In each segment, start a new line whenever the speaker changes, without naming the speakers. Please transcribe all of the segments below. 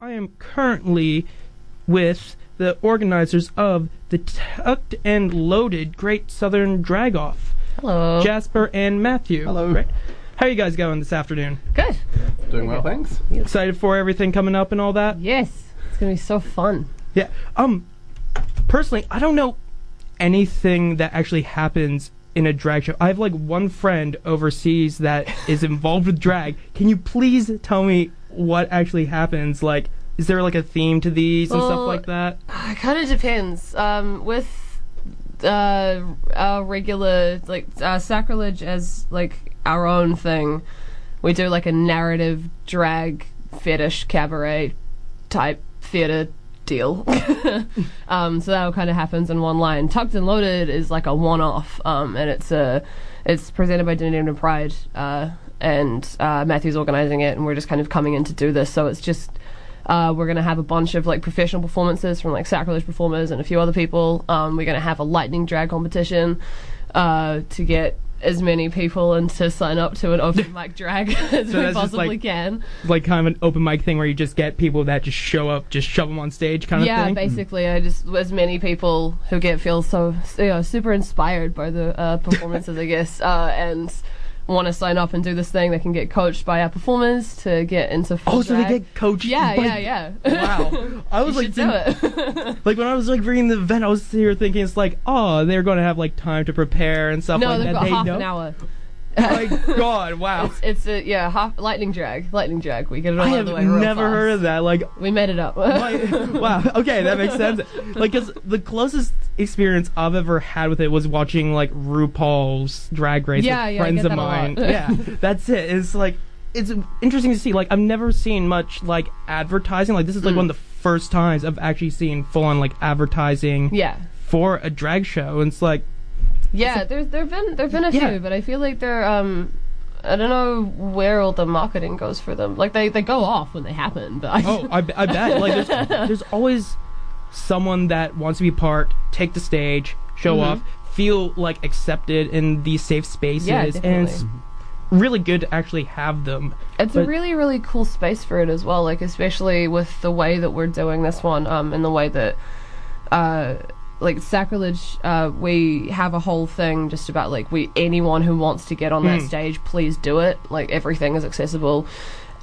I am currently with the organizers of the Tucked and Loaded Great Southern Dragoff,
Hello.
Jasper and Matthew.
Hello.
How are you guys going this afternoon?
Good.
Doing well, thanks.
Excited for everything coming up and all that?
Yes. It's gonna be so fun.
Yeah. Um, personally, I don't know anything that actually happens in a drag show. I have like one friend overseas that is involved with drag. Can you please tell me what actually happens? Like, is there like a theme to these and stuff
Well,
like that?
It kind of depends. Um, with uh, our regular like uh, sacrilege as like our own thing, we do like a narrative drag fetish cabaret type theater deal. um, so that kind of happens in one line. Tucked and loaded is like a one-off, um, and it's a it's presented by Dunedin and Pride, uh, and uh, Matthew's organizing it, and we're just kind of coming in to do this. So it's just uh, we're going to have a bunch of like professional performances from like sacrilege performers and a few other people. Um, we're going to have a lightning drag competition uh, to get as many people and to sign up to an open mic drag as
So
we
that's just,
possibly
like,
can.
Like kind of an open mic thing where you just get people that just show up, just shove them on stage, kind
yeah,
of thing.
basically, I just as many people who get feel so you know super inspired by the uh, performances, I guess, uh, and want to sign up and do this thing. They can get coached by our performers to get into. Full
Oh, so they
drag.
get coached.
Yeah,
by-
yeah, yeah.
Wow. I was
you
like,
should do
think-
it.
like when I was like reading the event, I was here thinking it's like, oh, they're going to have like time to prepare and stuff like
no, they've
that.
got
they
half
know.
an hour.
Oh my god, wow.
It's, it's a yeah, half lightning drag, lightning drag. We get it all
I
out
have
of the way real
never
fast.
heard of that. Like,
We made it up.
my- wow. Okay, that makes sense. Like, 'cause the closest experience I've ever had with it was watching like RuPaul's Drag Race
Yeah,
with
yeah, I
friends
get
of
that a
mine.
lot.
yeah, that's it. It's like it's interesting to see. Like, I've never seen much like advertising. Like, this is like
Mm.
one of the first times I've actually seen full on like advertising
yeah.
for a drag show. And it's like,
Yeah, there's there've been there've been a
Yeah.
few, but I feel like they're um I don't know where all the marketing goes for them. Like they, they go off when they happen, but I
Oh, I, I bet. Like, there's, there's always someone that wants to be part, take the stage, show
Mm-hmm.
off, feel like accepted in these safe spaces,
Yeah,
and it's really good to actually have them.
It's a
But-
really, really cool space for it as well. Like especially with the way that we're doing this one, um, and the way that, uh, like sacrilege, uh, we have a whole thing just about like we anyone who wants to get on that stage, please do it. Like everything is accessible,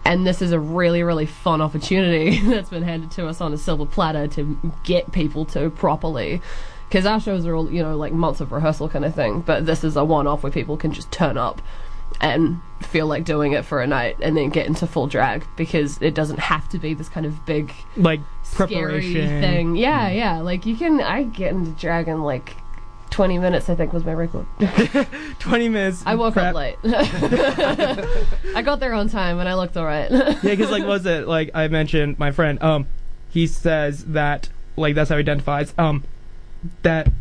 and this is a really, really fun opportunity that's been handed to us on a silver platter to get people to properly. Because our shows are all you know like months of rehearsal kind of thing, but this is a one-off where people can just turn up and feel like doing it for a night and then get into full drag because it doesn't have to be this kind of big
Like
scary
preparation.
thing. Yeah, yeah. Like you can I get into drag in like 20 minutes I think was my record.
Twenty minutes.
I woke
prep.
up late. I got there on time and I looked all right.
Yeah, because like, what was it like I mentioned my friend? Um, he says that like that's how he identifies. Um, that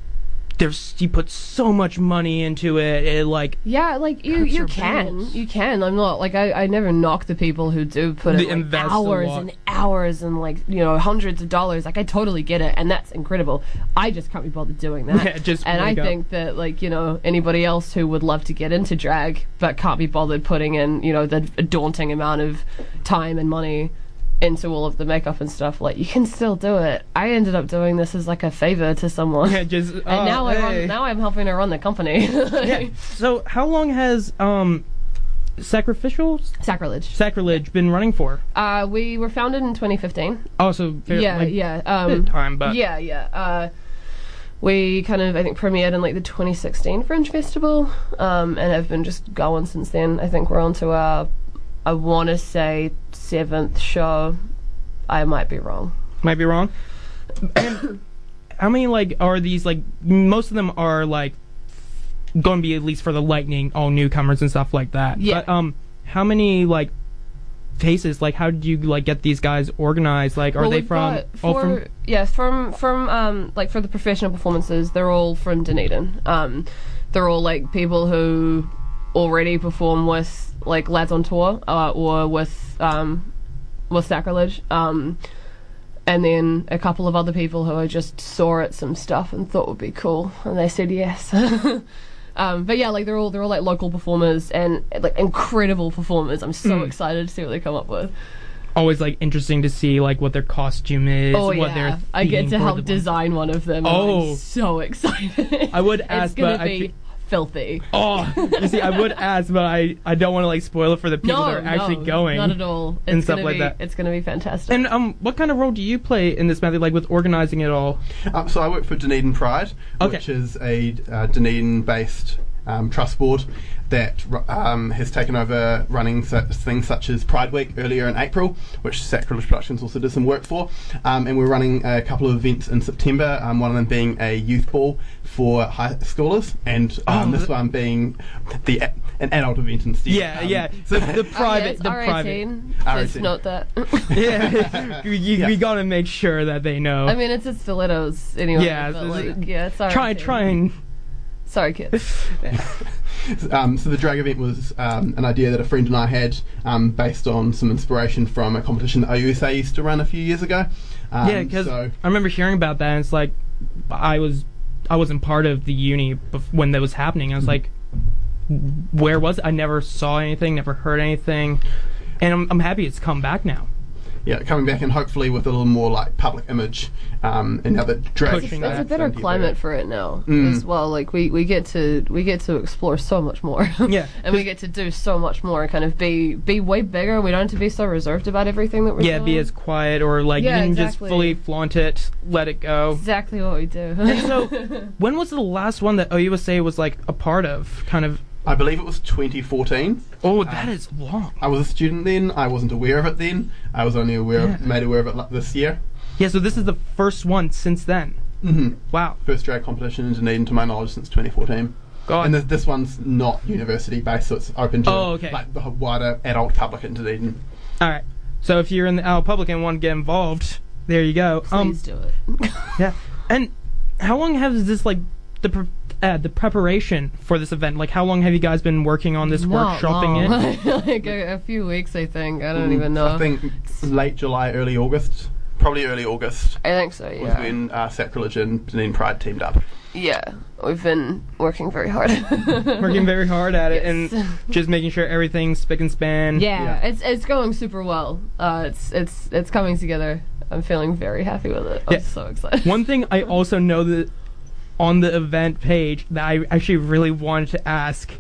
there's he put so much money into it. It like
yeah, like you you
your
can.
balls.
You can. I'm not like I, I never knock the people who do put
They
in like,
invest a
hours
lot.
and hours and like, you know, hundreds of dollars. Like I totally get it and that's incredible. I just can't be bothered doing that.
Yeah, just
and I
wake up.
think that like you know anybody else who would love to get into drag but can't be bothered putting in you know the daunting amount of time and money into all of the makeup and stuff like you can still do it. I ended up doing this as like a favor to someone.
yeah, just oh,
And now, I
hey.
run, now I'm helping her run the company.
Yeah. So how long has um sacrificial
Sacrilege.
sacrilege been running for?
Uh, we were founded in 2015.
Also, Oh, fair,
yeah,
like,
yeah.
bit
Um,
of time, but
Yeah, yeah. Uh, we kind of, I think, premiered in like the 2016 Fringe Festival, um, and have been just going since then. I think we're on to our, I want to say seventh show. I might be wrong.
might be wrong. And how many like are these? Like most of them are like going to be at least for the lightning, all newcomers and stuff like that.
Yeah.
But um, how many like faces? Like how did you like get these guys organized? Like are
Well,
they
we've
from?
got
all
four-
from
yeah, from from um like for the professional performances, they're all from Dunedin. Um, they're all like people who already perform with like lads on tour uh, or with um with sacrilege. Um, and then a couple of other people who I just saw at some stuff and thought would be cool, and they said yes. Um, but yeah, like they're all they're all
Hmm.
like local performers and like incredible performers. I'm so excited to see what they come up with.
always like interesting to see like what their costume is.
Oh
what
yeah,
their
I get
theme
to
for
help
the-
design one of them. and
Oh.
I'm so excited!
I would ask,
it's gonna
but I
be
fe-
filthy.
Oh, you see, I would ask, but I I don't want to like spoil it for the people
no,
that are actually
no,
going.
not at all. It's
and stuff
gonna
like
be,
that.
It's gonna be fantastic.
And um, what kind of role do you play in this method, like with organizing it all?
Um, so I work for Dunedin Pride,
Okay.
which is a uh, Dunedin-based um, trust board that ru- um, has taken over running such things such as Pride Week earlier in April, which Sacrilege Productions also did some work for. Um, and we're running a couple of events in September. Um, one of them being a youth ball for high schoolers, and um,
Oh,
this
th-
one being the a- an adult event instead.
Yeah,
Um,
yeah.
So
the
Oh, yeah,
private,
it's
the private.
R18. It's
R18.
not that.
Yeah, you, you- we
Yeah.
gotta make sure that they know.
I mean, it's its stilettos anyway.
Yeah,
but,
this is-
like, yeah. It's R18.
try, try and
Sorry, kids.
Um, so the drag event was um, an idea that a friend and I had, um, based on some inspiration from a competition that OUSA used to run a few years ago. Um,
yeah, because
so,
I remember hearing about that, and it's like I was I wasn't part of the uni bef- when that was happening. I was like, where was it? I never saw anything, never heard anything, and I'm, I'm happy it's come back now.
yeah, coming back and hopefully with a little more like public image, um, and now that drag.
Pushing
There's a
that. Mm.
better climate for it now as well. Like we, we get to we get to explore so much more.
Yeah.
and we get to do so much more. and Kind of be be way bigger. We don't have to be so reserved about everything that we're
Yeah,
doing.
be as quiet or like
Uh-huh. Yeah,
you can
exactly.
just fully flaunt it, let it go.
exactly what we do.
So, when was the last one that OUSA was like a part of? Kind of.
I believe it was 2014.
Oh, that is long.
I was a student then. I wasn't aware of it then. I was only aware of, made aware of it like, this year.
Yeah, so this is the first one since then.
Mhm.
Wow.
First drag competition in Dunedin, to my knowledge, since 2014.
God.
And th- this one's not university based, so it's open to
Oh, okay.
like the wider adult public in Dunedin.
All right. So if you're in the Owl Public and want to get involved, there you go. um,
Please do it.
Yeah. And how long has this like the pre- uh, the preparation for this event? Like, how long have you guys been working on this
Not
workshopping
long.
it? Mm,
like a, a few weeks, I think. I don't even know.
I think late July, early August, probably early August
I think so.
was
Yeah.
when uh, Sacrilege and Dunedin Pride teamed up.
Yeah, we've been working very hard.
Working very hard at it
Yes.
and just making sure everything's spick and span.
Yeah,
Yeah.
it's it's going super well. Uh, it's it's it's coming together. I'm feeling very happy with it. I'm
Yeah.
so excited.
One thing I also know that on the event page that I actually really wanted to ask.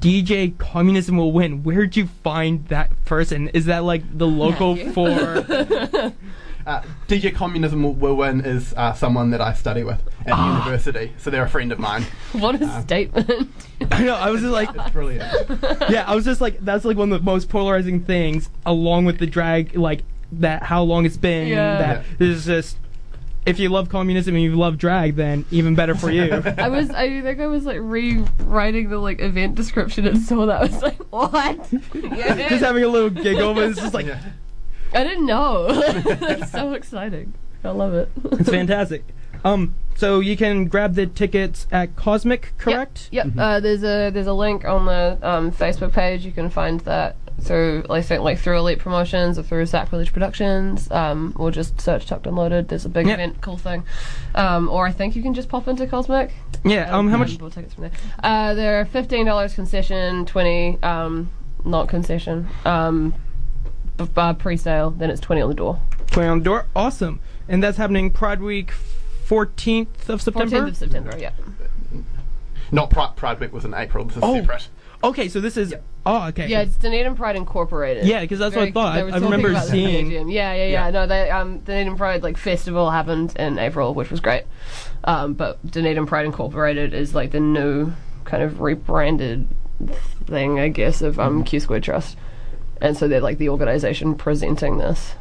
DJ Communism will win. Where'd you find that person? Is that like the local
Matthew.
for?
Uh, DJ Communism Will- Will Win is uh, someone that I study with at
Ah.
university, so they're a friend of mine.
what a
Uh,
statement!
I know. I was just like,
It's brilliant.
yeah, I was just like, that's like one of the most polarizing things, along with the drag, like that how long it's been.
Yeah.
That
Yeah.
this is just, if you love communism and you love drag, then even better for you.
I was I think I was like rewriting the like event description and saw that. I was like, what?
just
yeah.
having a little giggle, but it's just like
Yeah.
I didn't know. That's so exciting. I love it.
it's fantastic. Um, so you can grab the tickets at Cosmic, correct?
Yep. Uh, there's a there's a link on the um, Facebook page. You can find that through I think like through Elite Promotions or through Sacrilege Productions, um, or just search Tucked and Loaded. There's a big
Yep.
event, cool thing. Um, or I think you can just pop into Cosmic.
Yeah. Um, how
Um,
much?
we'll take it from there. Uh, there are fifteen dollars concession, twenty um, not concession. Um, b- uh, pre-sale, then it's twenty on the door.
Twenty on the door. Awesome. And that's happening Pride Week, fourteenth of September.
Fourteenth of September. Yeah.
Not Pride, Pride Week was in April, this is
Oh.
separate.
Okay, so this is. Oh, okay.
Yeah, it's Dunedin Pride Incorporated.
Yeah, 'cause that's what I thought.
they were
I
talking
remember
about that
seeing-
stadium. Yeah, yeah, yeah,
Yeah.
No, they, um, Dunedin Pride like festival happened in April, which was great. Um, but Dunedin Pride Incorporated is like the new kind of rebranded thing, I guess, of
Mm-hmm.
um, Q Squared Trust. And so they're like the organization presenting this.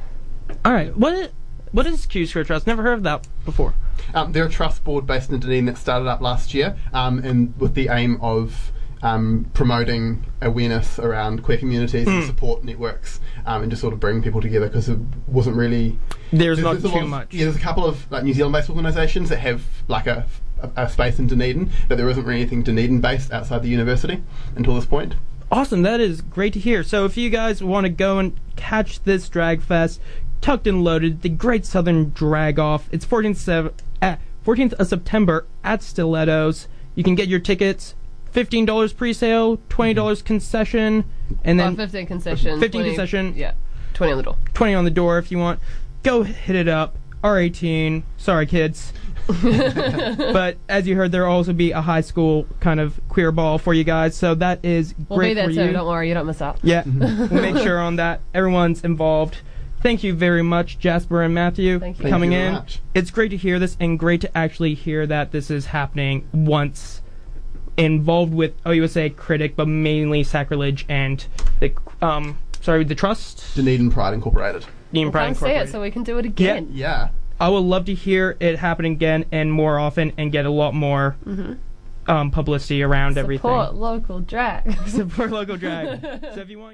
All right. What? i- What is Q Square Trust? Never heard of that before.
Um, they're a trust board based in Dunedin that started up last year, um, and with the aim of um, promoting awareness around queer communities and
Hmm.
support networks, um, and just sort of bring people together because it wasn't really
There's, not
a lot
too
of-
much.
Yeah, there's a couple of like New Zealand-based organisations that have like a, a, a space in Dunedin, but there isn't really anything Dunedin-based outside the university until this point.
Awesome. That is great to hear. So if you guys want to go and catch this drag fest, tucked and loaded, the Great Southern Drag Off. It's 14th, sev- eh, 14th of September at Stilettos. You can get your tickets. Fifteen dollars pre-sale, twenty dollars concession, and
Uh,
then
15 concession.
15
20
concession.
Yeah. 20 on the door.
20 on the door if you want. Go hit it up. R18. Sorry, kids. but as you heard, there will also be a high school kind of queer ball for you guys. So that is
We'll
great
be there
for
too.
you.
Don't worry, you don't miss out.
Yeah,
Mm-hmm.
we'll make sure on that. Everyone's involved. Thank you very much, Jasper and Matthew,
Thank
for
you. Thank
coming
you very
in.
much.
It's great to hear this and great to actually hear that this is happening once involved with OUSA Critic, but mainly Sacrilege and the, um, sorry, the Trust.
Dunedin Pride Incorporated.
Dean
We'll
Pride
come see it
Incorporated.
so we can do it again.
Yeah.
I would love to hear it happen again and more often and get a lot more um, publicity around
Mm-hmm. Support
everything.
local drag.
Support local drag. so if you want to get